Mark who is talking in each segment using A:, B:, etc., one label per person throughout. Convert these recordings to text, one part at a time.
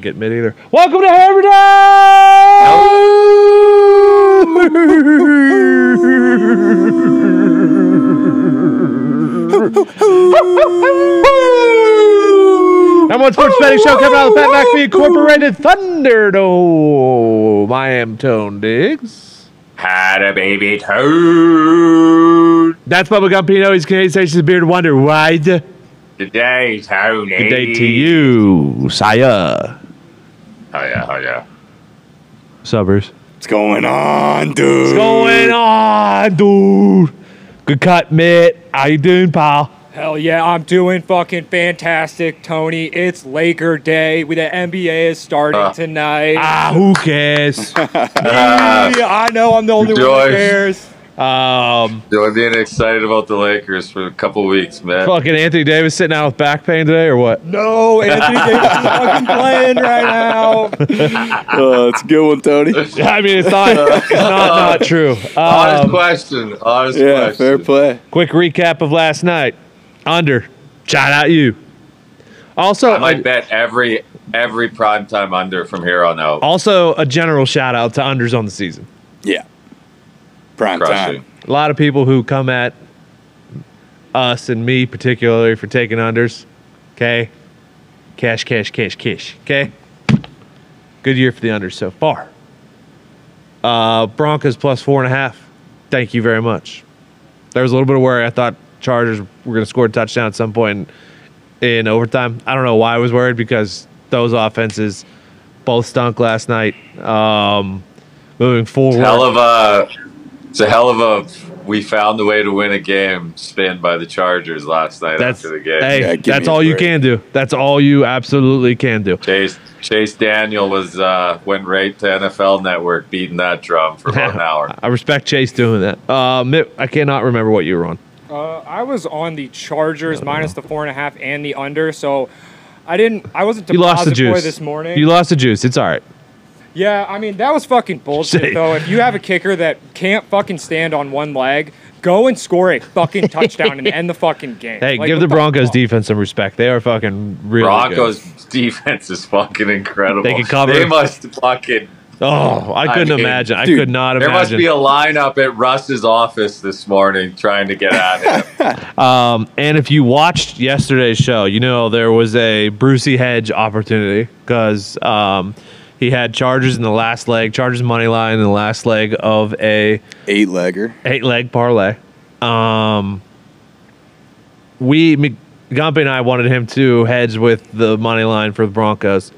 A: get mid either. Welcome to Hammerdown! Number one sports betting show coming out of the Fat Mac Incorporated Thunderdome. I am Tone Diggs.
B: Had a baby toad.
A: That's Bubba Gumpino. He's Canadian Station's Beard Wonder. Wide.
B: Today, Tony.
A: Good day to you, Saya.
B: Oh yeah, oh yeah.
A: Subbers.
C: What's going on, dude?
A: What's going on, dude? Good cut, Mitt. How you doing, pal?
D: Hell yeah, I'm doing fucking fantastic, Tony. It's Laker Day. We- The NBA is starting
B: Uh.
D: tonight.
A: Ah, who cares?
D: Yeah, I know I'm the only one
B: Joyce.
D: who cares.
A: um,
B: So I've been excited about the Lakers for a couple weeks, man.
A: fucking Anthony Davis sitting out with back pain today, or what?
D: No, Anthony Davis is fucking playing right now.
C: Uh, it's a good one, Tony.
A: I mean, it's not, it's not, not true.
B: Honest
A: Um,
B: question. Honest
C: Yeah,
B: question.
C: fair play.
A: quick recap of last night. Under. Shout out you. Also,
B: I might bet every every prime time under from here on out.
A: also a general shout out to unders on the season.
C: Yeah. Prime
B: Crushing.
C: time.
A: a lot of people who come at us and me particularly for taking unders. Okay. Cash, cash, cash, cash. Okay. Good year for the unders so far. Uh, Broncos plus four and a half. Thank you very much. There was a little bit of worry. I thought Chargers were going to score a touchdown at some point in, in overtime. I don't know why I was worried because those offenses both stunk last night. Um, moving forward,
B: Hell of a. It's a hell of a. We found a way to win a game spin by the Chargers last night
A: That's
B: after the game.
A: hey,
C: Yeah, give
A: that's
C: me a
A: all you
C: break.
A: can do. That's all you absolutely can do.
B: Chase Chase Daniel was uh, went right to NFL Network beating that drum for about an hour.
A: I respect Chase doing that. Uh, Mitt, I cannot remember what you were on.
D: Uh, I was on the Chargers minus the four and a half and the under, so I didn't. I wasn't
A: You lost the
D: deposit boy
A: juice
D: this morning.
A: You lost the juice. It's all right.
D: Yeah, I mean that was fucking bullshit
A: Say-
D: though. If you have a kicker that can't fucking stand on one leg, go and score a fucking touchdown and end the fucking game.
A: Hey,
D: Like,
A: give
D: what
A: the
D: fuck?
A: Broncos defense some respect. They are fucking really
B: Broncos
A: good.
B: defense is fucking incredible.
A: They can cover.
B: They must fucking.
A: Oh, I couldn't
B: I mean,
A: imagine. I
C: dude,
A: could not
B: There must
A: imagine.
B: be a lineup at Russ's office this morning trying to get at him.
A: um, and if you watched yesterday's show, you know there was a Brucey Hedge opportunity because um, he had Chargers in the last leg, Chargers money line in the last leg of a
C: Eight legger.
A: eight leg parlay. Um, we Mc- Gumby and I wanted him to hedge with the money line for the Broncos.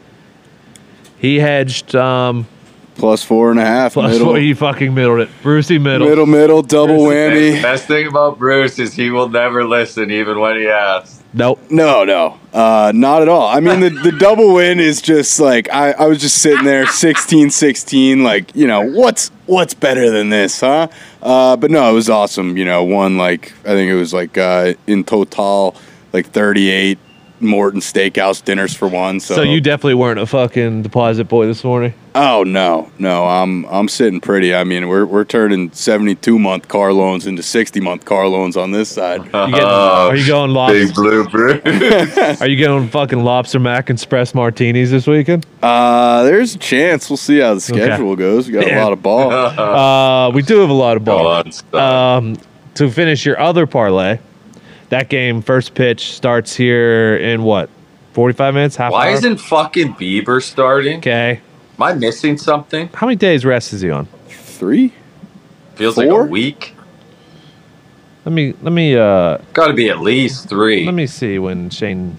A: He hedged um,
C: Plus four and a half.
A: plus
C: middle,
A: four. He fucking middled it. Brucey middle.
C: middle, middle, double
B: The
C: whammy.
B: best thing about Bruce is he will never listen, even when he asks.
A: Nope.
C: No, no, uh, not at all. I mean, the, the double win is just like I, I was just sitting there, 16-16, like you know what's what's better than this, huh? Uh, but no, it was awesome. You know, one like I think it was like uh, in total like thirty eight Morton Steakhouse dinners for one. So,
A: So you definitely weren't a fucking deposit boy this morning.
C: Oh no, no, I'm I'm sitting pretty. I mean, we're we're turning 72 month car loans into 60 month car loans on this side.
A: You getting, are you going lobster?
B: Big blue Bruce.
A: Are you going fucking lobster mac and express martinis this weekend?
C: Uh, there's a chance. We'll see how the schedule goes. We got
A: Yeah.
C: a lot of ball.
A: Uh, we do have a lot of
B: Go
A: ball.
B: on, stop.
A: um, to finish your other parlay, that game first pitch starts here in what, forty five minutes? Half
B: Why
A: hour?
B: isn't fucking Bieber starting?
A: okay?
B: Am I missing something?
A: How many days rest is he on?
C: Three.
B: Feels
C: Four?
B: like a week.
A: Let me let me uh
B: Got to be at least three.
A: let me see when Shane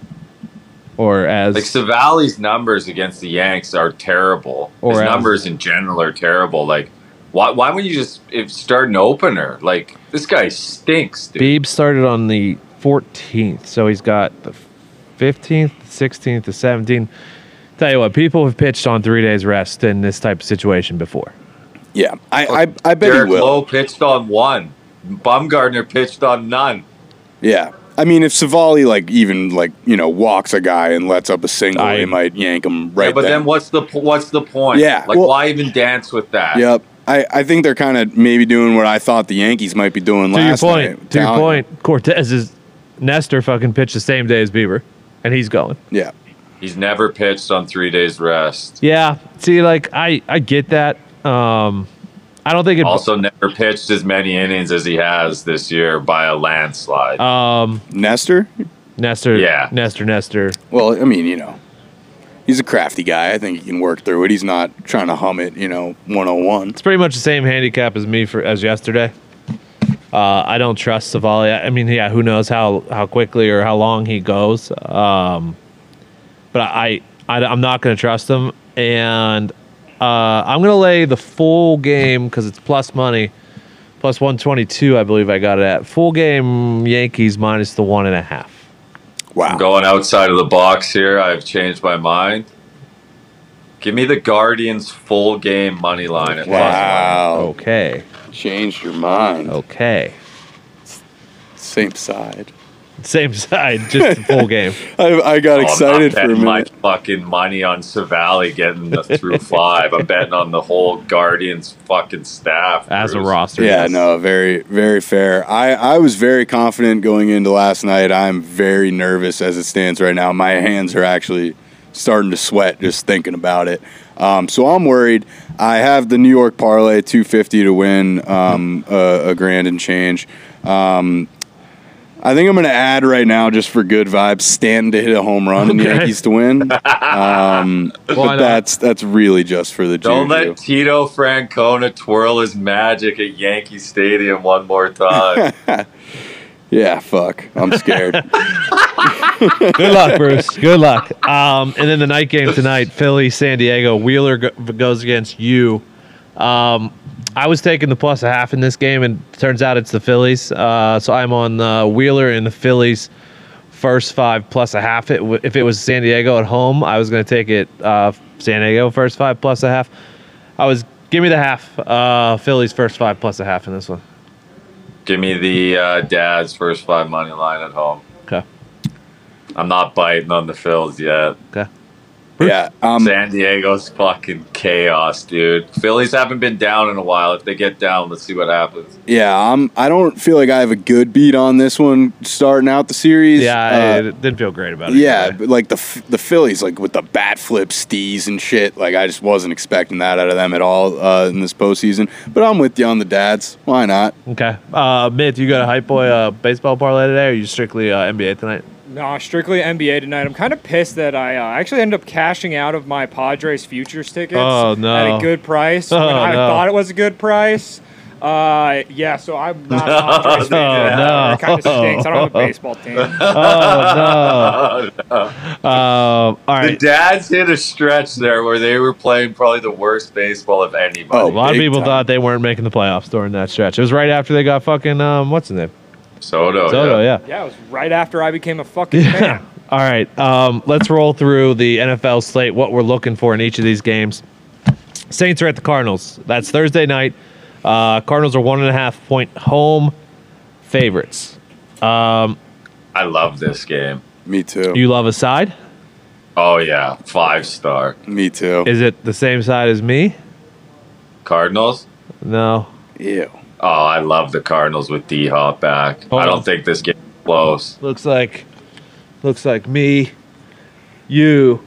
A: or as
B: Like Savali's numbers against the Yanks are terrible.
A: Or
B: His
A: as-
B: numbers in general are terrible. Like, why? Why would you just if start an opener? Like this guy stinks, dude.
A: Beeb started on the 14th, so he's got the 15th, 16th, the 17th. Tell you what, people have pitched on three days rest in this type of situation before.
C: Yeah, I I, I bet
B: Derek
C: he will.
B: Lowe pitched on one. Bumgardner pitched on none.
C: Yeah, I mean, if Savali like even like you know walks a guy and lets up a single,
A: I-
C: he might yank him right.
B: yeah, but then what's the po- what's the point?
C: Yeah,
B: Like
C: well-
B: why even dance with that?
C: Yep. I, I think they're kind of maybe doing what I thought the Yankees might be doing
A: to your
C: last
A: point,
C: night.
A: to your
C: Down-
A: point, Cortez is Nestor fucking pitched the same day as Bieber, and he's going.
C: Yeah.
B: He's never pitched on three days rest.
A: Yeah. See, like I, I get that. Um, I don't think it.
B: Also, never pitched as many innings as he has this year by a landslide.
A: um,
C: Nestor?
A: Nestor.
B: Yeah.
A: Nestor. Nestor.
C: Well, I mean, you know, he's a crafty guy. I think he can work through it. He's not trying to hum it, you know, 101.
A: It's pretty much the same handicap as me for as yesterday. Uh, I don't trust Savali. I I mean, yeah, who knows how how quickly or how long he goes. Um, but I, I am not going to trust him, and uh, I'm going to lay the full game because it's plus money, plus 122. I believe I got it at full game Yankees minus the one and a half.
C: Wow.
B: I'm going outside of the box here. I've changed my mind. Give me the Guardians full game money line at plus
C: Wow. Oh.
A: Okay,
B: Oh.
C: Changed your mind.
A: okay,
C: Same side.
A: same side, just the full game.
C: I, I got
B: Oh, I'm not
C: excited for a
B: betting my
C: minute.
B: fucking money on Savali getting the through five. I'm betting on the whole Guardians fucking staff
A: As a
B: Bruce.
A: roster,
C: Yeah,
A: yes.
C: no, very, very fair. I, I was very confident going into last night. I'm very nervous as it stands right now. My hands are actually starting to sweat just thinking about it. Um, so I'm worried. I have the New York parlay 250 to win um, a, a grand and change. Um, I think I'm going to add right now just for good vibes, Stanton to hit a home run and the
A: Okay.
C: Yankees to win. Um, but
A: not?
C: that's that's really just for the
B: Don't
C: juju.
B: let Tito Francona twirl his magic at Yankee Stadium one more time.
C: Yeah, fuck. I'm scared.
A: Good luck, Bruce. Good luck. Um, and then the night game tonight, Philly, San Diego. Wheeler go- goes against you. Um, I was taking the plus a half in this game, and turns out it's the Phillies. Uh, so I'm on uh, Wheeler and the Phillies first five plus a half. It w- if it was San Diego at home, I was going to take it uh, San Diego first five plus a half. I was give me the half. Uh, Phillies first five plus a half in this one.
B: Give me the uh, Dad's first five money line at home.
A: Okay.
B: I'm not biting on the Phils yet.
A: Okay.
C: yeah, um,
B: San Diego's fucking chaos, dude. Phillies haven't been down in a while. If they get down, let's see what happens.
C: yeah. I'm. I don't feel like I have a good beat on this one starting out the series.
A: Yeah, I
C: Uh,
A: didn't feel great about it.
C: yeah.
A: either way.
C: But like the F- the Phillies, like with the bat flip stees and shit. Like I just wasn't expecting that out of them at all uh, in this postseason. But I'm with you on the dads. Why not?
A: Okay. Uh, Mitt, you got a hype boy uh, baseball parlay today, or you strictly uh, NBA tonight?
D: Nah, strictly NBA tonight. I'm kind of pissed that I uh, actually ended up cashing out of my Padres futures tickets
A: Oh, no.
D: at a good price. when
A: Oh,
D: I
A: no.
D: thought it was a good price. Uh, yeah, so I'm not a Padres fan.
A: no.
D: It kind of stinks. I don't have a baseball team.
A: Oh no! um, all
B: The
A: right.
B: Dad's hit a stretch there where they were playing probably the worst baseball of anybody.
A: A
C: Oh.
A: lot of
C: big
A: people
C: time.
A: thought they weren't making the playoffs during that stretch. It was right after they got fucking um, what's his name?
C: Oh,
B: Soto.
A: Soto. Yeah.
D: Yeah, it was right after I became a fucking fan.
A: All right. Um, let's roll through the NFL slate. What we're looking for in each of these games. Saints are at the Cardinals. That's Thursday night. Uh, Cardinals are one and a half point home favorites.
B: I love this game.
C: Me too.
A: You love a side?
B: Oh, yeah. Five star.
C: Me too.
A: Is it the same side as me?
B: Cardinals?
A: No.
C: Ew.
B: Oh, I love the Cardinals with D Hop back.
A: Hold
B: I
A: on.
B: don't think this game's close.
A: looks like looks like me you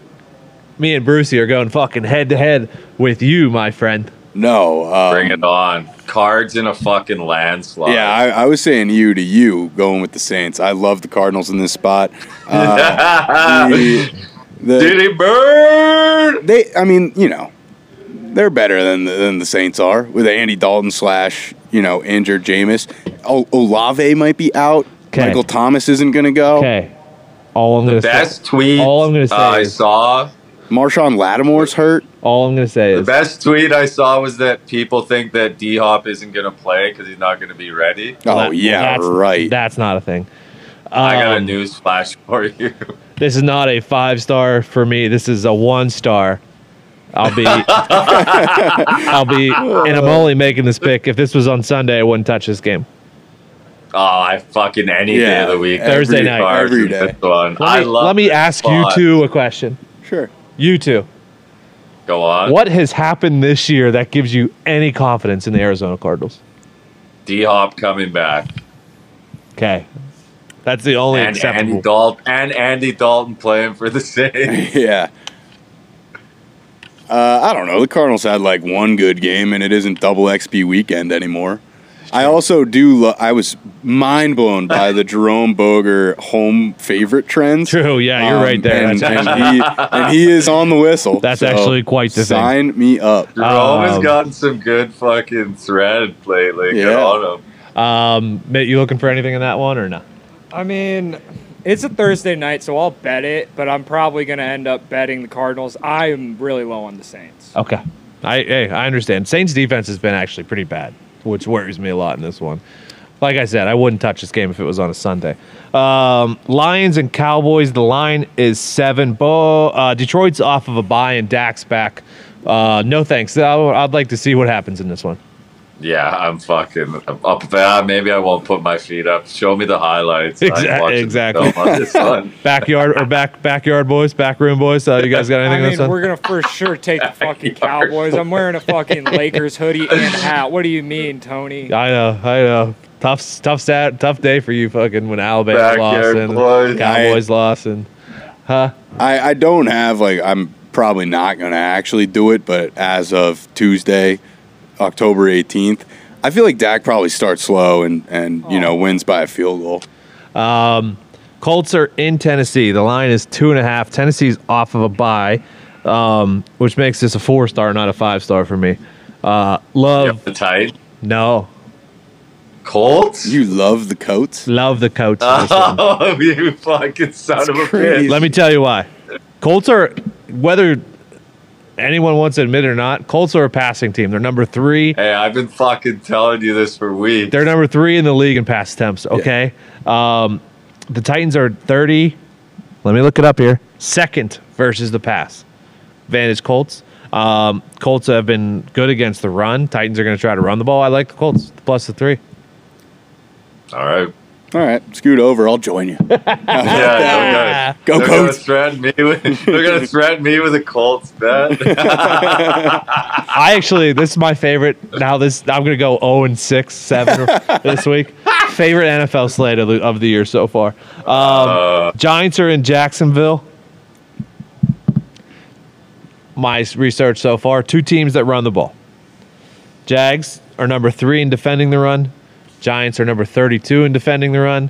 A: me and brucey are going fucking head to head with you my friend
C: No. Um,
B: Bring it on. Cards in a fucking landslide.
C: Yeah, I, I was saying you to you going with the Saints. I love the Cardinals in this spot. Uh,
A: uh,
C: the- the-
B: Did he burn?
C: they I mean, you know, they're better than the, than the Saints are with Andy Dalton slash you know injured Jameis. O- Olave might be out.
A: 'Kay.
C: Michael Thomas isn't going to go.
A: okay all i'm gonna
B: Best
A: say
B: tweet
A: All I'm gonna say
B: I
A: is-
B: saw.
C: Marshawn Lattimore's hurt.
A: all i'm gonna say
B: The
A: is
B: best tweet I saw was that people think that D Hop isn't going to play because he's not going to be ready.
C: Oh
A: that-
C: yeah,
A: that's-
C: right.
A: that's not a thing
B: I got a
A: Um,
B: news flash for you.
A: this is not a five star for me this is a one star i'll be i'll be and i'm only making this pick if this was on sunday i wouldn't touch this game
B: Oh, I fucking any day
C: Yeah,
B: of the week.
A: Thursday
B: Every
A: night,
B: cards
C: every
B: in
C: day.
B: this One.
A: let
B: I
A: me,
B: love
A: let me
B: this
A: ask
B: spot.
A: you two a question
C: sure.
A: you two
B: Go on.
A: What has happened this year that gives you any confidence in the Arizona Cardinals?
B: D Hop coming back.
A: Okay. That's the only
B: and
A: acceptable.
B: Andy Dalton and Andy Dalton playing for the Saints.
C: yeah. Uh, I don't know. The Cardinals had like one good game, and it isn't double XP weekend anymore. I also do. Lo- I was mind blown by the Jerome Boger home favorite trends.
A: True, yeah,
B: Um,
A: you're right there.
C: Um, And,
A: That's
C: and he, and he is on the whistle.
A: That's
C: so
A: actually quite the thing.
C: sign me up.
B: Jerome has
A: Um,
B: gotten some good fucking thread lately. Good
C: Yeah.
B: on him.
A: um, Mitt, you looking for anything in that one or not?
D: I mean, it's a Thursday night, so I'll bet it, but I'm probably going to end up betting the Cardinals. I am really low on the Saints.
A: Okay. I hey, I understand. Saints defense has been actually pretty bad, which worries me a lot in this one. Like I said, I wouldn't touch this game if it was on a Sunday. Um, Lions and Cowboys. The line is seven. Bo uh, Detroit's off of a bye and Dak's back. Uh, no thanks. I, would like to see what happens in this one.
B: Yeah, I'm fucking I'm up there. Maybe I won't put my feet up. Show me the highlights. I ain't
A: Exact-
B: watching the
A: exactly.
B: film on this one.
A: Backyard or back backyard boys, backroom boys. Uh, you guys got anything
D: I
A: on this one?
D: mean, we're going to for sure take the fucking Cowboys. I'm wearing a fucking Lakers hoodie and hat. What do you mean, Tony?
A: I know, I know. Tough, tough, stat, tough day for you, fucking. When Alabama
B: Backyard
A: lost and
B: boys.
A: Cowboys lost, and
C: I, I don't have like I'm probably not gonna actually do it, but as of Tuesday, October eighteenth, I feel like Dak probably starts slow and and you know wins by a field goal.
A: Colts are in Tennessee. The line is two and a half. Tennessee's off of a bye, um, which makes this a four star, not a five star for me. Uh, love,
B: Yep, the tight
A: no,
B: Colts.
C: You love the coats.
A: love the coach. in this one.
B: oh, you fucking son of a
C: crazy.
B: bitch!
A: Let me tell you why. Colts are whether anyone wants to admit it or not. Colts are a passing team. They're number three.
B: Hey, I've been fucking telling you this for weeks.
A: They're number three in the league in pass attempts. Okay. Um, the Titans are 30. Let me look it up here. Second versus the pass. Vantage Colts. Um, Colts have been good against the run. Titans are going to try to run the ball. I like the Colts plus the three.
B: All right.
C: All right, scoot over. I'll join you.
B: Yeah,
C: Go
B: they're gonna, they're gonna
C: Colts.
B: threaten me with they're gonna threaten me with a Colts bet.
A: I actually, this is my favorite. Now this, I'm going to go 0 and 6, 7 this week. Favorite NFL slate of the, of the year so far. Um, Giants are in Jacksonville. My s- research so far two teams that run the ball. Jags are number three in defending the run, Giants are number 32 in defending the run.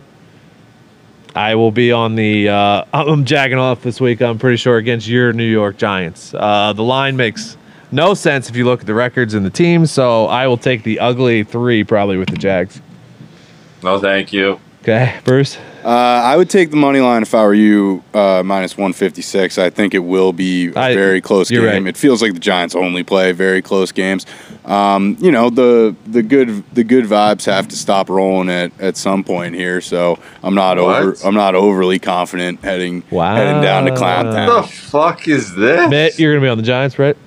A: I will be on the. Uh, I'm jagging off this week. I'm pretty sure against your New York Giants. Uh, the line makes no sense if you look at the records and the team. So I will take the ugly three probably with the Jags.
B: no, thank you.
A: Okay, Bruce.
C: Uh, I would take the money line if I were you, uh, minus one fifty six. I think it will be a
A: I-
C: very close game.
A: you're right.
C: It feels like the Giants only play very close games. Um, you know the the good the good vibes have to stop rolling at, at some point here. So I'm not
B: What?
C: over I'm not overly confident heading
A: Wow.
C: heading down to Clowntown.
B: What the fuck is this?
A: Mitt, you're gonna be on the Giants, right?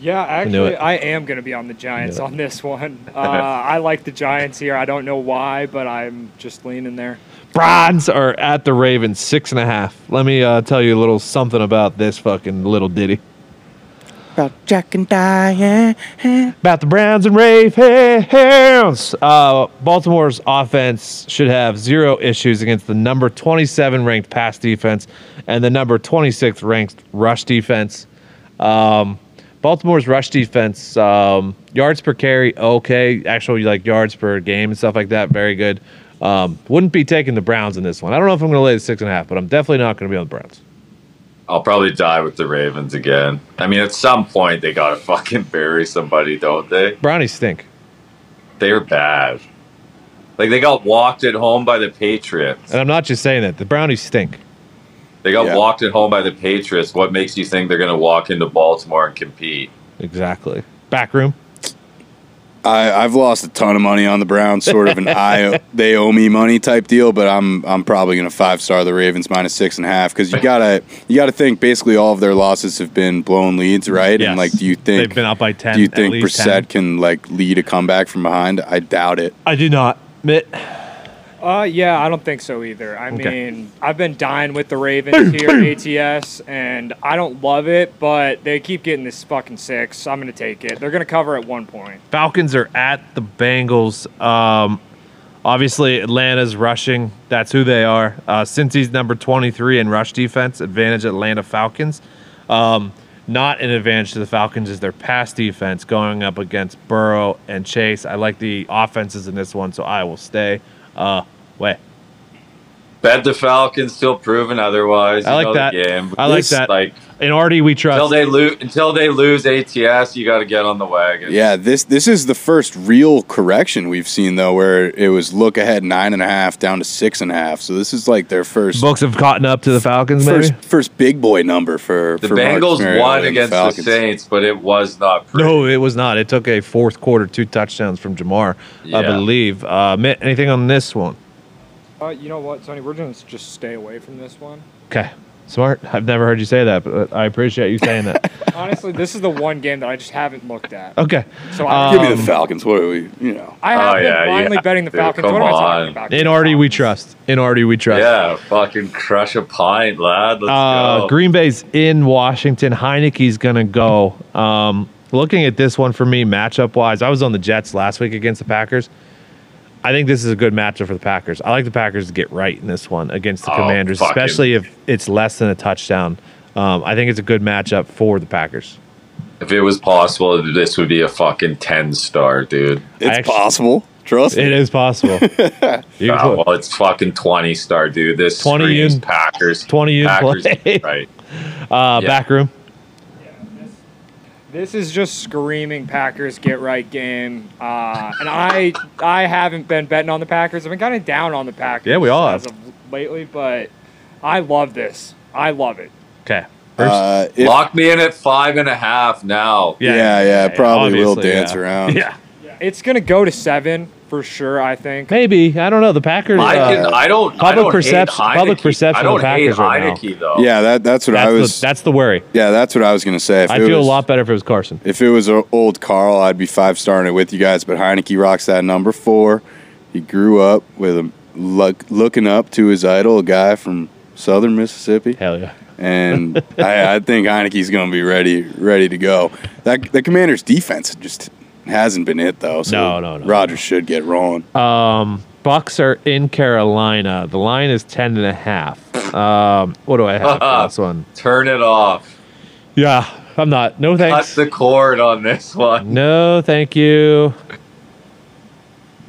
D: Yeah,
A: knew
D: actually,
A: it.
D: I am going to be on the Giants on this one. Uh, I like the Giants here. I don't know why, but I'm just leaning there.
A: Browns are at the Ravens six and a half. Let me uh, tell you a little something about this fucking little ditty.
E: about Jack and Diane.
A: about the Browns and Ravens. Uh, Baltimore's offense should have zero issues against the number 27 ranked pass defense and the number 26th ranked rush defense. Um, Baltimore's rush defense um, yards per carry okay, actual like yards per game and stuff like that very good. Um, wouldn't be taking the Browns in this one. I don't know if I'm going to lay the six and a half, but I'm definitely not going to be on the Browns.
B: I'll probably die with the Ravens again. I mean, at some point they gotta fucking bury somebody, don't they?
A: Brownies stink.
B: They're bad. Like they got walked at home by the Patriots.
A: And I'm not just saying that. The Brownies stink.
B: They got
C: Yeah.
B: walked at home by the Patriots. What makes you think they're gonna walk into Baltimore and compete?
A: Exactly. Back room.
C: I, I've lost a ton of money on the Browns, sort of an I they owe me money type deal, but I'm I'm probably gonna five star the Ravens minus six and a half because you gotta you gotta think basically all of their losses have been blown leads, right?
A: Yes.
C: And like, do you think
A: they've been up by ten?
C: do you
A: at
C: think
A: least
C: Brissett
A: 10.
C: can like lead a comeback from behind? I doubt it.
A: I do not. Mitt,
D: Uh, yeah, I don't think so either. I
A: Okay.
D: mean, I've been dying with the Ravens here, ATS, and I don't love it, but they keep getting this fucking six. I'm gonna take it. They're gonna cover at one point.
A: Falcons are at the Bengals. Um, Obviously, Atlanta's rushing. That's who they are. Uh, Cincy's number 23 in rush defense. Advantage Atlanta Falcons. Um, not an advantage to the Falcons is their pass defense going up against Burrow and Chase. I like the offenses in this one, so I will stay uh, away.
B: Bet the Falcons still proven otherwise.
A: I
B: You
A: like
B: know
A: that.
B: The game.
A: I like
B: It's
A: that.
B: Like
A: And Artie, we trust.
B: until they lose, until they lose ATS, you got to get on the wagon.
C: Yeah, this this is the first real correction we've seen though, where it was look ahead nine and a half down to six and a half. So this is like their first
A: Books have cotton up to the Falcons, maybe?
C: first first big boy number for
B: The
C: for Marcus
B: Bengals
C: Mariota
B: won
C: and
B: against the,
C: Falcons.
B: Saints, but it was not pretty.
A: No, it was not. It took a fourth quarter, two touchdowns from Jamar, I
B: Yeah.
A: believe. Uh, Mitt, anything on this one?
D: Uh, you know what, Sonny? We're gonna just stay away from this one.
A: Okay. Smart. I've never heard you say that, but I appreciate you saying that.
D: Honestly, this is the one game that I just haven't looked at.
A: Okay.
D: So I,
C: Give me the
A: Um,
C: Falcons. What are we? You know,
D: I have
B: Oh,
D: been
B: yeah,
D: blindly
B: yeah.
D: betting the
B: Dude,
D: Falcons.
B: come
D: what am I
B: on.
D: talking about?
A: In Artie, we trust. In Artie, we trust.
B: Yeah, fucking crush a pint, lad. Let's
A: Uh,
B: go.
A: Green Bay's in Washington. Heineke's going to go. Um, looking at this one for me, matchup wise, I was on the Jets last week against the Packers. I think this is a good matchup for the Packers. I like the Packers to get right in this one against the
B: Oh,
A: Commanders,
B: fuck him.
A: especially if it's less than a touchdown. Um, I think it's a good matchup for the Packers.
B: If it was possible, this would be a fucking ten star, dude.
C: it's
A: actually-
C: possible. Trust
A: It
C: me.
A: is possible. You can
B: Uh,
A: put-
B: well, it's fucking twenty star, dude. This
A: 20
B: twenty screams
A: in-
B: Packers.
A: 20 in
B: Packers,
A: play.
B: right?
A: uh,
B: yeah.
A: Back room.
D: This is just screaming Packers get right game, uh, and I I haven't been betting on the Packers. I've been kind of down on the Packers.
A: Yeah, we all
D: as
A: have.
D: of lately, but I love this. I love it.
A: Okay.
C: Uh, if-
B: Lock me in at five and a half now.
C: yeah, yeah, probably will
A: obviously,
C: dance
A: yeah.
C: around.
A: Yeah.
D: It's gonna go to seven for sure. I think.
A: Maybe I don't know. The Packers.
B: I
A: uh,
B: can. I don't. I
A: public
B: don't
A: perception-
B: Hate Heineke.
A: public perception
B: I
A: of
B: don't
A: the Packers
B: hate
A: right now.
B: Heineke though.
C: Yeah, that that's what
A: that's,
C: I was.
A: the, that's the worry.
C: yeah, that's what I was gonna say. If
A: I
C: it
A: feel
C: was-
A: a lot better if it was Carson.
C: If it was o- old Carl, I'd be five starring it with you guys. But Heineke rocks that number four. He grew up with a look, looking up to his idol, a guy from Southern Mississippi,
A: Hell yeah.
C: and I, I think Heineke's going to be ready, ready to go. That the Commanders' defense just hasn't been it though. So
A: No, no, no.
C: Rodgers should get rolling.
A: Um, Bucks are in Carolina. The line is ten and a half. Um, what do I have for this one?
B: Turn it off.
A: Yeah, I'm not. No
B: Cut
A: thanks.
B: the cord on this one.
A: No, thank you.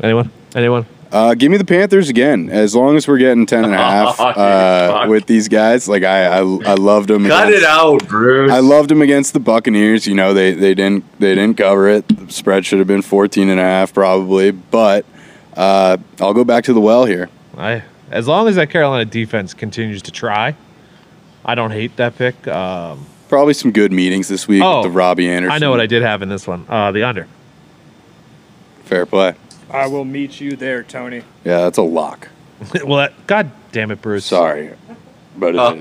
A: Anyone? Anyone?
C: Uh, give me the Panthers again. As long as we're getting ten and a half
B: Oh, dude,
C: uh,
B: fuck.
C: with these guys, like I, I, I loved them.
B: Cut it out, Bruce.
C: I loved him against the Buccaneers. You know, they, they didn't they didn't cover it. The spread should have been 14 and a half probably, but uh, I'll go back to the well here.
A: I. As long as that Carolina defense continues to try, I don't hate that pick. Um,
C: Probably some good meetings this week
A: Oh,
C: with the Robbie Anderson.
A: I know what I did have in this one. Uh, the under.
C: Fair play.
D: I will meet you there, Tony.
C: Yeah, that's a lock.
A: well, that, God damn it, Bruce.
C: Sorry. But it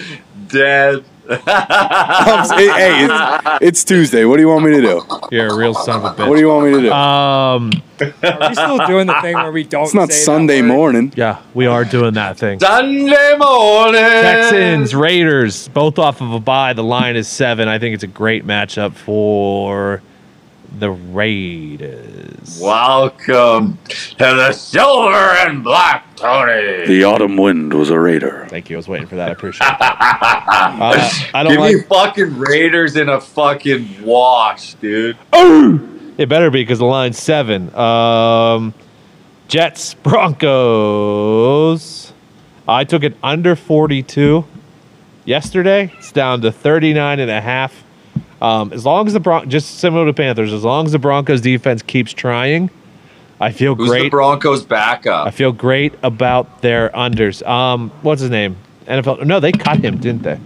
C: is.
B: Dead.
C: hey, hey, it's, it's Tuesday. What do you want me to do?
A: You're a real son of a bitch.
C: What do you want me to do?
A: um.
D: Are we still doing the thing where we don't?
C: it's not
D: say that
C: Sunday
D: word?
C: morning.
A: Yeah, we are doing that thing.
B: Sunday morning.
A: Texans, Raiders, both off of a bye. The line is seven. I think it's a great matchup for the Raiders.
B: Welcome to the silver and black, Tony.
C: autumn wind was a raider.
A: Thank you. I was waiting for that. I appreciate it. Uh, I don't
B: Give me
A: like
B: fucking Raiders in a fucking wash, dude.
A: it. Better be because the line's seven. Um, Jets, Broncos. I took it under 42 yesterday. It's down to 39 and a half. Um, as long as the Bron- just similar to Panthers, as long as the Broncos defense keeps trying, I feel
B: Who's the
A: great.
B: Broncos
A: I
B: backup?
A: feel great about their unders. Um, what's his name? NFL. No, they cut him, didn't they?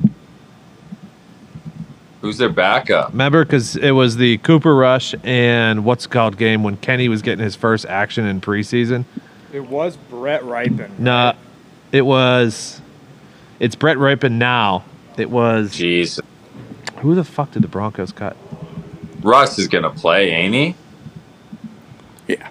B: Who's their backup?
A: Remember, because it was the Cooper Rush and what's it called game when Kenny was getting his first action in preseason.
D: It was Brett Ripon.
A: No, it was. It's Brett Ripon now. It was.
B: Jeez.
A: Who the fuck did the Broncos cut?
B: Russ is gonna play, ain't he?
C: Yeah.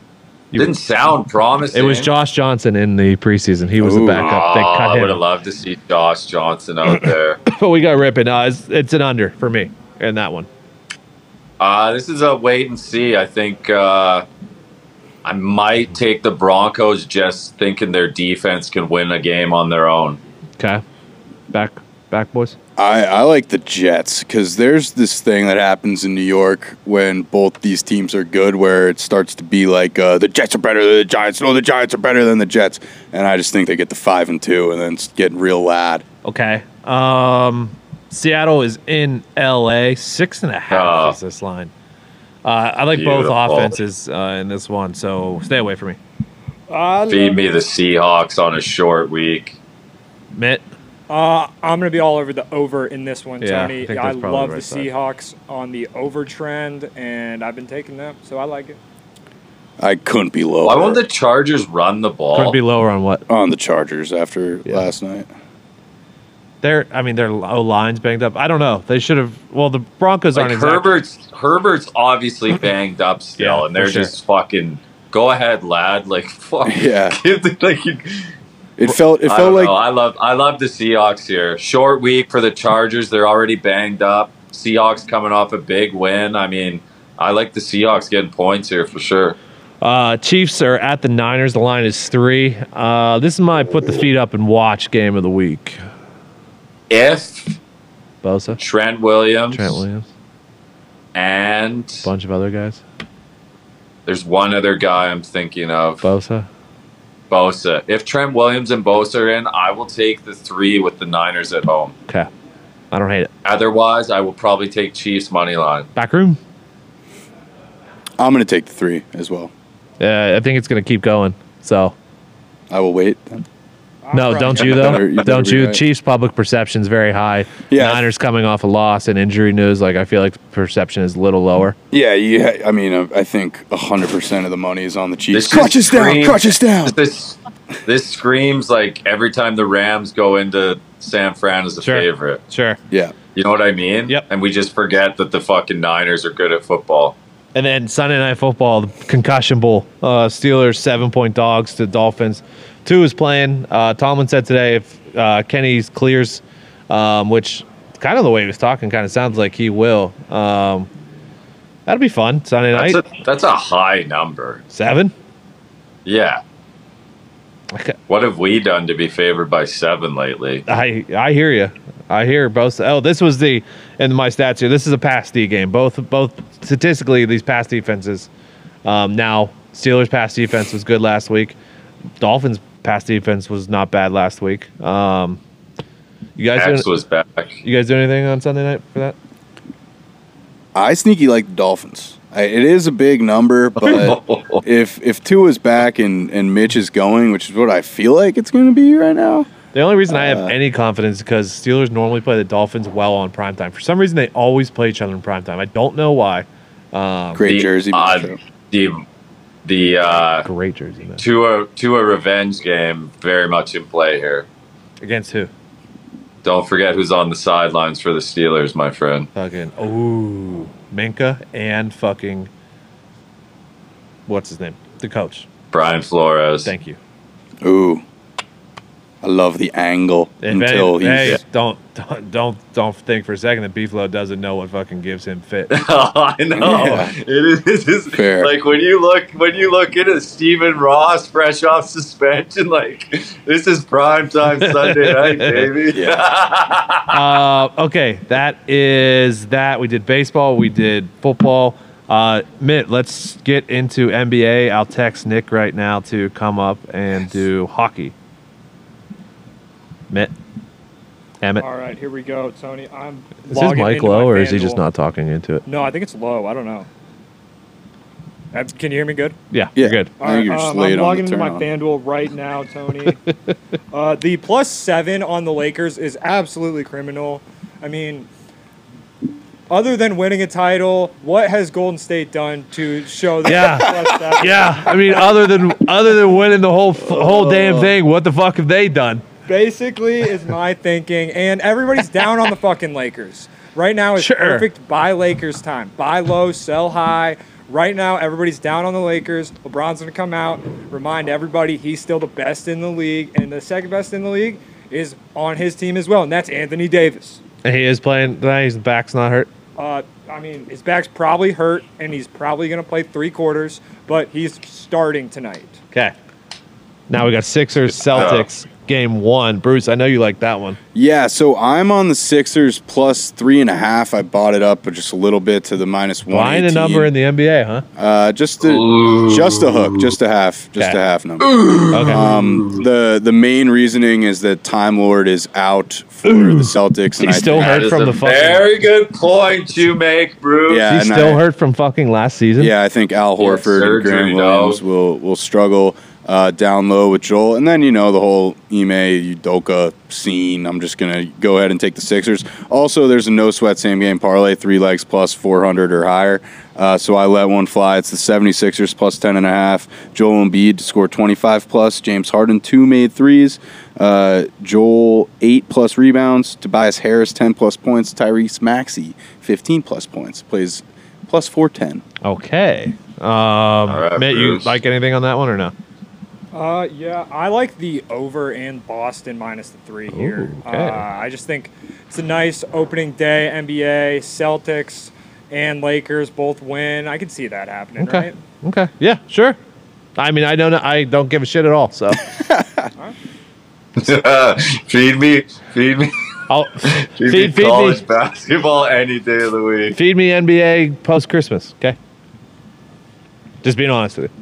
A: You-
B: Didn't sound promising.
A: it was Josh Johnson in the preseason. He was the
C: Ooh.
A: backup. They
B: Aw,
A: cut
B: Oh, I would have
A: him.
B: loved to see Josh Johnson out there.
A: But we got Ripon. Uh, it's, it's an under for me in that one.
B: Uh, this is a wait and see. I think uh, I might take the Broncos just thinking their defense can win a game on their own.
A: Okay. Back, back, boys.
C: I, I like the Jets because there's this thing that happens in New York when both these teams are good, where it starts to be like uh, the Jets are better than the Giants. No, the Giants are better than the Jets, and I just think they get to five and two, and then it's getting real loud.
A: Okay. Um, Seattle is in LA. Six and a half
B: Ah.
A: is this line. Uh, I like both
B: Beautiful.
A: offenses uh, in this one, so stay away from me.
D: I
B: Feed me the Seahawks on a short week.
A: Mitt.
D: Uh, I'm gonna be all over the over in this one,
A: Yeah, I
D: Tony.
A: think
D: I,
A: that's probably
D: love
A: the
D: the
A: right side.
D: Seahawks on the over trend, and I've been taking them, so I like it.
C: I couldn't be lower
B: Why won't the Chargers run the
A: Could
B: ball?
A: be lower on what?
C: on the Chargers after
A: Yeah.
C: last night.
A: They're, I mean, their O line's banged up. I don't know. They should have. Well, the Broncos
B: like
A: aren't exactly-
B: Herbert's Herbert's obviously banged up still,
A: Yeah,
B: and they're
A: for sure.
B: just fucking go ahead, lad. Like fuck,
C: Yeah.
B: Give the- like, you-
C: It felt it
B: I
C: felt
B: don't
C: like
B: know. I love I love the Seahawks here. Short week for the Chargers. They're already banged up. Seahawks coming off a big win. I mean, I like the Seahawks getting points here for sure.
A: Uh, Chiefs are at the Niners. The line is three. Uh, this is my put the feet up and watch game of the week.
B: If
A: Bosa,
B: Trent Williams,
A: Trent Williams,
B: and
A: bunch of other guys.
B: there's one other guy I'm thinking of,
A: Bosa.
B: Bosa. If Trent Williams and Bosa are in, I will take the three with the Niners at home.
A: Okay. I don't hate it.
B: Otherwise, I will probably take Chiefs money line.
A: Back room.
C: I'm going to take the three as well.
A: Uh, I think it's gonna keep going. So
C: I will wait. then.
D: I'm
A: no,
D: right.
A: don't you
C: You
A: though?
C: better- you better
A: don't
C: be
A: you?
C: right.
A: Chiefs public perception's very high.
C: Yeah.
A: Niners coming off a loss and injury news. Like I feel like the perception is a little lower.
C: Yeah, you ha- I mean, uh, I think 100% of the money is on the Chiefs.
B: This
C: Crutches down,
B: screams-
C: crutches down.
B: This this screams like every time the Rams go into San Fran as a
A: Sure.
B: favorite.
A: Sure.
C: Yeah.
B: You know what I mean?
A: Yep.
B: And we just forget that the fucking Niners are good at football.
A: And then Sunday Night Football, the Concussion Bowl. Uh, Steelers seven point dogs to Dolphins. Two is playing. Uh, Tomlin said today if uh, Kenny clears, um, which kind of the way he was talking, kind of sounds like he will. Um, that'll be fun Sunday
B: That's
A: night.
B: a that's a high number.
A: Seven.
B: Yeah.
A: Okay.
B: What have we done to be favored by seven lately?
A: I I hear you. I hear both. Oh, this was the and my stats here. This is a pass D game. Both both statistically these pass defenses. Um, now Steelers pass defense was good last week. Dolphins pass defense was not bad last week. Um, you guys
B: X
A: doing,
B: was back.
A: you guys do anything on Sunday night for that?
C: I sneaky like the Dolphins. I, it is a big number, but if if two is back and, and Mitch is going, which is what I feel like it's going to be right now,
A: The only reason I have
C: Uh,
A: any confidence is because Steelers normally play the Dolphins well on primetime. For some reason, they always play each other in primetime. I don't know why. Um,
C: great
B: The
C: jersey.
B: odd-
C: matchup.
B: the the uh,
A: great jersey man.
B: Tua Tua revenge game very much in play here.
A: Against who?
B: Don't forget who's on the sidelines for the Steelers, my friend.
A: Fucking ooh, Minka and fucking what's his name? The coach.
B: Brian Flores.
A: Thank you.
C: Ooh, I love the angle
A: If any-
C: until he's.
A: hey, don't don't don't don't think for a second that Beeflo doesn't know what fucking gives him fit.
B: I know.
C: Yeah.
B: It is it is-
C: Fair.
B: like when you look when you look at a Stephen Ross fresh off suspension, like this is prime time Sunday night, baby.
A: uh, okay, that is that. We did baseball. We did football. Uh, Mitt, let's get into NBA. I'll text Nick right now to come up and do hockey. Mitt, Emmett,
D: All right, here we go, Tony. I'm.
A: is his
D: logging
A: mic
D: into my
A: low or is he just
D: FanDuel.
A: not talking into it?
D: No, I think it's low. I don't know. Uh, Can you hear me good?
A: Yeah,
C: yeah,
A: you're good.
C: I think you're just
D: um,
C: late
D: I'm
C: on
D: logging
C: the
D: into
C: turn
D: my
C: on.
D: FanDuel right now, Tony. uh, the plus seven on the Lakers is absolutely criminal. I mean, other than winning a title, what has Golden State done to show that?
A: Yeah.
D: plus seven?
A: Yeah, I mean, other than other than winning the whole f- whole
C: Oh.
A: damn thing, what the fuck have they done?
D: Basically, is my thinking, and everybody's down on the fucking Lakers right now. Is
A: Sure.
D: perfect buy Lakers time. Buy low, sell high. Right now, everybody's down on the Lakers. LeBron's gonna come out, remind everybody he's still the best in the league, and the second best in the league is on his team as well, and that's Anthony Davis.
A: He is playing tonight. His back's not hurt.
D: Uh, I mean, his back's probably hurt, and he's probably going to play three quarters, but he's starting tonight.
A: Okay. Now we got Sixers Celtics game one. Bruce, I know you like that one.
C: Yeah, so I'm on the Sixers plus three and a half. I bought it up just a little bit to the minus one.
A: Buying a number in the NBA, huh?
C: uh, just a just a hook, just a half, just
A: Okay.
C: a half number.
A: Okay.
C: Um, the the main reasoning is that Time Lord is out for the Celtics.
A: He's
C: I
A: still
C: think-
A: hurt
B: That is
A: from
B: a
A: the fucking-
B: very good point you make, Bruce.
C: Yeah,
A: He's
C: and
A: still
C: I-
A: hurt from fucking last season.
C: Yeah, I think Al Horford
B: surgery,
C: and
B: dog.
C: Graham Williams will will struggle uh, down low with Joel, and then you know the whole Ime Udoka scene. I'm just gonna go ahead and take the Sixers. Also, there's a no sweat same game parlay, three legs plus 400 or higher. Uh, so I let one fly. It's the 76ers plus 10 and a half. Joel Embiid to score 25 plus. James Harden two made threes. Uh, Joel eight plus rebounds. Tobias Harris 10 plus points. Tyrese Maxey 15 plus points. Plays plus 410.
A: Okay. Um,
B: right,
A: Mitt, you
B: Bruce.
A: like anything on that one or no?
D: Uh, yeah, I like the over in Boston minus the three here.
A: Ooh, okay.
D: uh, I just think it's a nice opening day. NBA Celtics and Lakers both win. I can see that happening,
A: Okay.
D: right?
A: Okay. Yeah. Sure. I mean, I don't. I don't give a shit at all. So
B: feed me, feed me,
A: I'll
B: feed,
A: feed,
B: me
A: feed
B: college
A: me
B: basketball any day of the week.
A: feed me NBA post Christmas. Okay. Just being honest with you.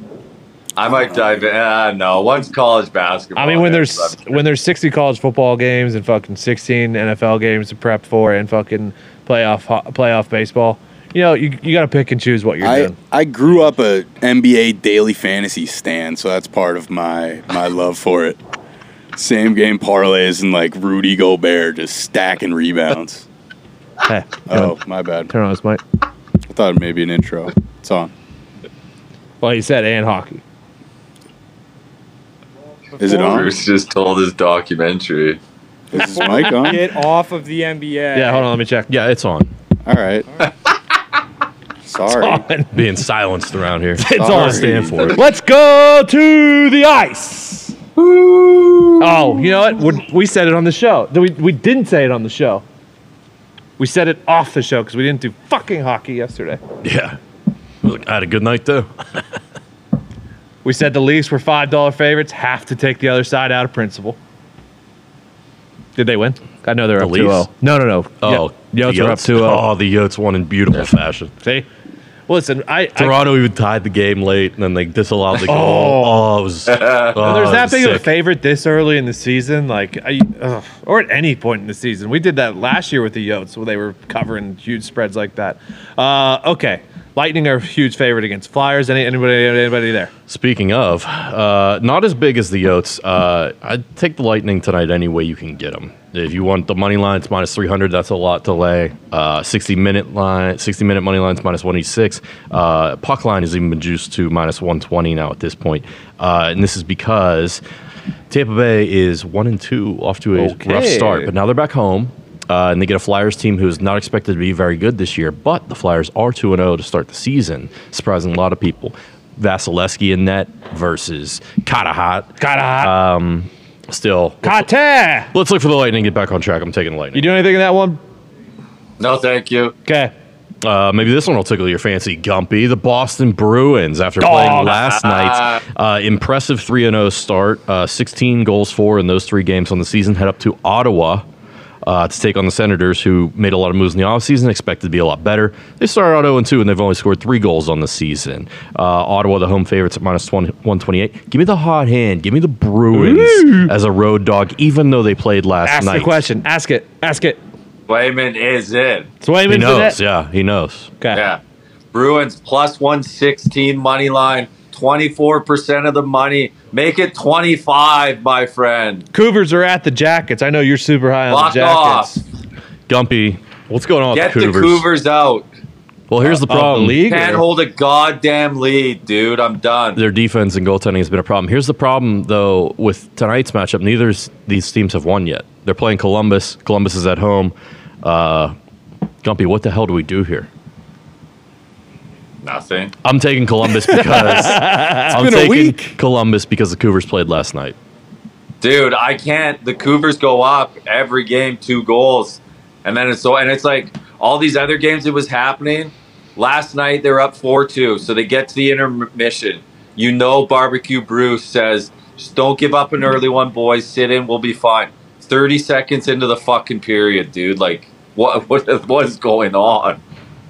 B: I might dive in. Uh, no, once college basketball.
C: Oh,
A: I mean, when
B: hits,
A: there's
B: I'm-
A: when there's 60 college football games and fucking 16 NFL games to prep for and fucking playoff ho- playoff baseball, you know, you, you got to pick and choose what you're
C: I,
A: doing.
C: I grew up a NBA daily fantasy stand, so that's part of my my love for it. Same game parlays and like Rudy Gobert just stacking rebounds.
A: Hey,
C: Oh, my bad.
A: turn on his mic.
C: I thought it may be an intro. It's on.
A: Well, he said and hockey.
C: Is it on?
B: Bruce just told his documentary.
C: Is his mic on?
D: Get off of the NBA.
A: Yeah, hold on, let me check.
F: Yeah, it's on.
C: All right. Sorry.
A: It's
F: Being silenced around here.
A: all
C: Sorry.
A: stand for. it. Let's go to the ice. Oh, you know what? We're, we said it on the show. No, We, we didn't say it on the show. We said it off the show because we didn't do fucking hockey yesterday.
F: Yeah. Look, I had a good night though.
A: We said the Leafs were five dollar favorites. Have to take the other side out of principle. Did they win? I know they're
F: The
A: up
F: Leafs?
A: 2-0. No, no, no.
F: Oh,
A: yeah, Yotes
F: the
A: are up 2-0.
F: Oh, the Yotes won in beautiful fashion.
A: See, listen, I, I
F: Toronto even tied the game late, and then they disallowed the goal.
A: Oh.
F: Oh, it was. oh,
A: When
B: Uh,
A: there's
F: it
A: that
F: was
A: big of a
F: sick.
A: favorite this early in the season, like, I, ugh, or at any point in the season. We did that last year with the Yotes where they were covering huge spreads like that. Uh, okay. Lightning are a huge favorite against Flyers. Any, anybody, anybody there?
F: Speaking of, uh, not as big as the Yotes. Uh, I'd take the Lightning tonight any way you can get them. If you want the money line, it's minus 300. That's a lot to lay. Uh, 60 minute line, 60 minute money line is minus 186. Uh, puck line has even been juiced to minus 120 now at this point. Uh, and this is because Tampa Bay is one and two off to a rough
A: Okay.
F: start, but now they're back home. Uh, and they get a Flyers team who is not expected to be very good this year, but the Flyers are 2 and 0 to start the season, surprising a lot of people. Vasilevsky in net versus Katahat.
B: Uh,
A: Kata.
F: Still,
A: Kata.
F: let's look for the Lightning to get back on track. I'm taking the Lightning.
A: You do anything in that one?
B: No, thank you.
A: Okay.
F: Uh, maybe this one will tickle your fancy, Gumpy. The Boston Bruins, after playing last night's uh, impressive 3 0 start, uh, 16 goals for in those three games on the season, head up to Ottawa uh, to take on the Senators, who made a lot of moves in the offseason, expected to be a lot better. They started out 0 2, and they've only scored three goals on the season. Uh, Ottawa, the home favorites at minus 20, 128. Give me the hot hand. Give me the Bruins as a road dog, even though they played last
A: Ask
F: night.
A: the question. Ask it. Ask it.
B: Wayman is in.
F: He
A: Swayman
F: knows. Yeah, he knows.
A: Okay.
B: Yeah. Bruins plus 116 money line, 24% of the money. Make it 25, my friend.
A: Cougars are at the Jackets. I know you're super high on
B: Lock
A: the Jackets.
B: off.
F: Gumpy, what's going on
B: Get
F: with the
B: the
F: Cougars?
B: Cougars out.
F: Well, here's the
A: Of
F: problem.
A: the league?
B: Can't
A: or-
B: hold a goddamn lead, dude. I'm done.
F: Their defense and goaltending has been a problem. Here's the problem, though, with tonight's matchup. Neither of these teams have won yet. They're playing Columbus. Columbus is at home. Uh, Gumpy, what the hell do we do here?
B: Nothing.
F: I'm taking Columbus because I'm
C: been a
F: taking
C: week.
F: Columbus because the Cougars played last night.
B: Dude, I can't. The Cougars go up every game two goals. And then it's so and it's like, all these other games it was happening. Last night they're up four two, so they get to the intermission. You know, barbecue Bruce says, "Just don't give up an early one, boys. Sit in, we'll be fine." Thirty seconds into the fucking period, dude. Like, what what what is going on?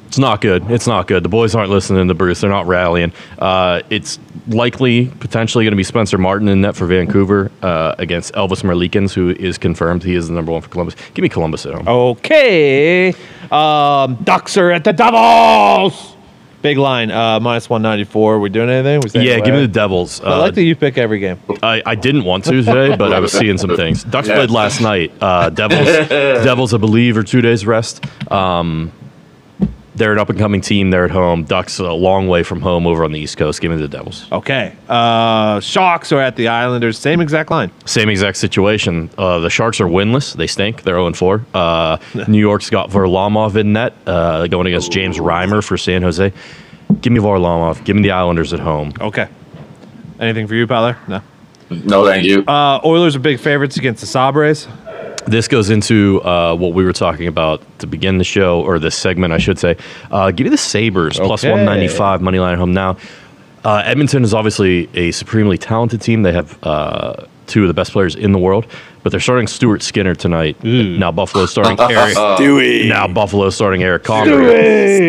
F: It's not good. It's not good. The boys aren't listening to Bruce. They're not rallying. Uh, it's likely, potentially, going to be Spencer Martin in net for Vancouver uh, against Elvis Merlikens, who is confirmed. He is the number one for Columbus. Give me Columbus at home.
A: Okay. Um, Ducks are at the Devils. Big line, uh, minus 194. We doing anything? We staying
F: yeah,
A: away?
F: give me the Devils.
A: I
F: Uh,
A: like that you pick every game.
F: I, I didn't want to today, but I was seeing some things. Ducks played last night. Uh, Devils, Devils, I believe, are two days rest. Um, they're an up and coming team. They're at home. Ducks a long way from home over on the East Coast. Give me the Devils.
A: Okay. Uh, Sharks are at the Islanders. Same exact line.
F: Same exact situation. Uh, the Sharks are winless. They stink. They're 0 4. Uh, New York's got Varlamov in net uh, going against James Reimer for San Jose. Give me Varlamov. Give me the Islanders at home.
A: Okay. Anything for you, Tyler? No.
B: No, thank you.
A: Uh, Oilers are big favorites against the Sabres.
F: This goes into uh, what we were talking about to begin the show, or this segment, I should say. Uh, give me the Sabres, plus
A: Okay.
F: 195, money line at home now. Uh, Edmonton is obviously a supremely talented team. They have uh, two of the best players in the world, but they're starting Stuart Skinner tonight. Now Buffalo's starting Eric.
C: Dewey.
F: Now Buffalo starting Eric Conger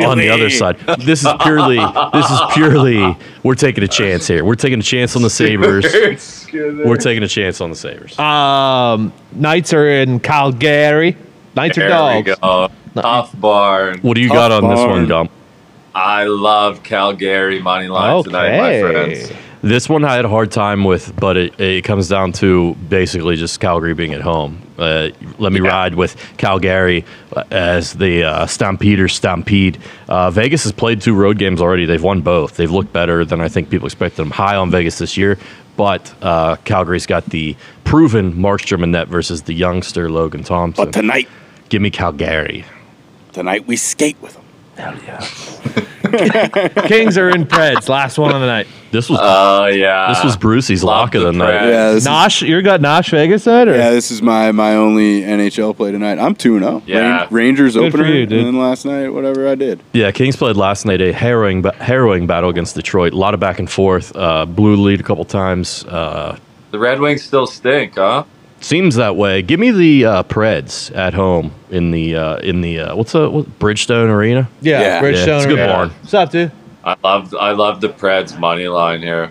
F: on the other side. This is purely. This is purely. We're taking a chance here. We're taking a chance on the Sabers. We're taking a chance on the Sabers.
A: Um, Knights are in Calgary. Knights are
B: There we
A: dogs.
B: go. Tough barn.
F: What do you got
C: tough
F: on this one,
C: barn.
F: Gump?
B: I love Calgary money line tonight, my friends.
A: Okay.
F: This one I had a hard time with, but it, it comes down to basically just Calgary being at home. Uh, let me ride with Calgary as the uh, Stampeder Stampede. Uh, Vegas has played two road games already. They've won both. They've looked better than I think people expected them. High on Vegas this year, but uh, Calgary's got the proven Markstrom and net versus the youngster Logan Thompson.
C: But tonight,
F: Give me Calgary.
C: tonight we skate with him.
A: Kings are in Preds. Last one of the night.
F: This was
B: Oh yeah.
F: this was Brucey's lock of
B: the
F: the night.
B: press.
C: Yeah, this is,
A: Nosh, you got Nosh Vegas tonight? Or?
C: yeah, this is my my only NHL play tonight. I'm two zero.
B: Yeah.
C: Rangers
A: Good for
C: opener,
A: you, dude.
C: and then last night, whatever I did.
F: Yeah, Kings played last night a harrowing, ba- harrowing battle against Detroit. A lot of back and forth. Uh, blew the lead a couple times. Uh,
B: The Red Wings still stink, huh?
F: seems that way. Give me the uh, Preds at home in the uh, in the uh, what's the what, Bridgestone Arena.
A: Yeah,
C: Yeah.
A: Bridgestone.
F: Yeah, it's a good
A: Arena.
F: barn.
A: What's up, dude?
B: I love I love the Preds money line here.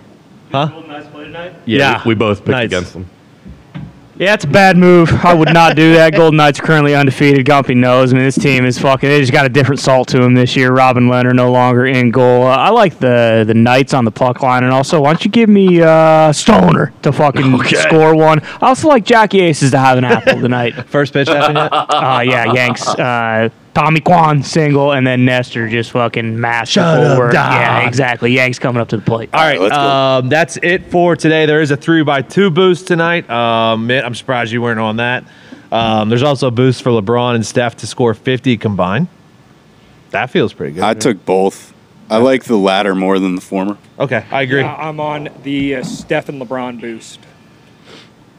F: Yeah,
G: Yeah.
F: We, we both picked
A: Nice.
F: against them.
G: Yeah, it's a bad move. I would not do that. Golden Knights currently undefeated. Gumpy knows. I mean, this team is fucking. They just got a different salt to them this year. Robin Leonard no longer in goal. Uh, I like the the Knights on the puck line, and also why don't you give me uh, Stoner to fucking score one? I also like Jackie Aces to have an apple tonight.
A: First pitch happened yet?
G: Uh, yeah, Yanks. Uh, Tommy Kwan single, and then Nestor just fucking masterful
A: Shut 'em
G: work.
A: down.
G: Yeah, exactly. Yanks coming up to the plate.
A: All right,
C: let's go.
A: um, that's it for today. There is a three by two boost tonight. Um, Mitt, I'm surprised you weren't on that. Um, there's also a boost for LeBron and Steph to score 50 combined. That feels pretty good.
C: I took both. I like the latter more than the former.
A: okay, I agree.
D: Yeah, I'm on the uh, Steph and LeBron boost.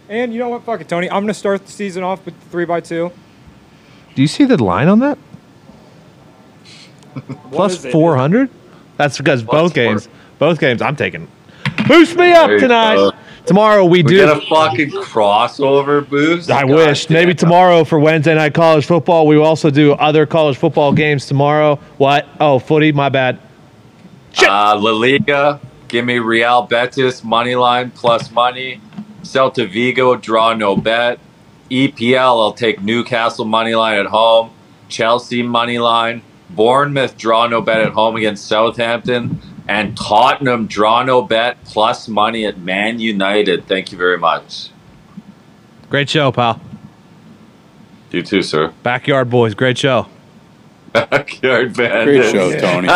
D: And you know what? Fuck it, Tony. I'm going to start the season off with the 3 by 2
A: Do you see the line on that? Plus
D: is it?
A: 400? That's because both
B: Plus four.
A: games, both games, I'm taking. Boost me up
B: There you
A: tonight.
B: go.
A: Tomorrow we,
B: We
A: do.
B: get a fucking crossover boost.
A: I
B: God
A: wish.
B: damn.
A: Maybe tomorrow for Wednesday night college football. We also do other college football games tomorrow. What? Oh, footy. My bad.
B: Uh, La Liga, give me Real Betis money line plus money. Celta Vigo draw no bet. EPL, I'll take Newcastle money line at home. Chelsea money line. Bournemouth draw no bet at home against Southampton. And Tottenham draw no bet plus money at Man United. Thank you very much.
A: Great show, pal.
B: You too, sir.
A: Backyard boys. Great show.
B: Backyard
C: Great
B: Bandits.
C: show, Tony.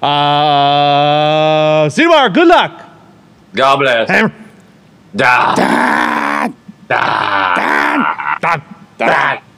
A: Uh, see you tomorrow. Good luck.
B: God bless.
A: Hammer.
B: Da.
A: Done.
B: Da.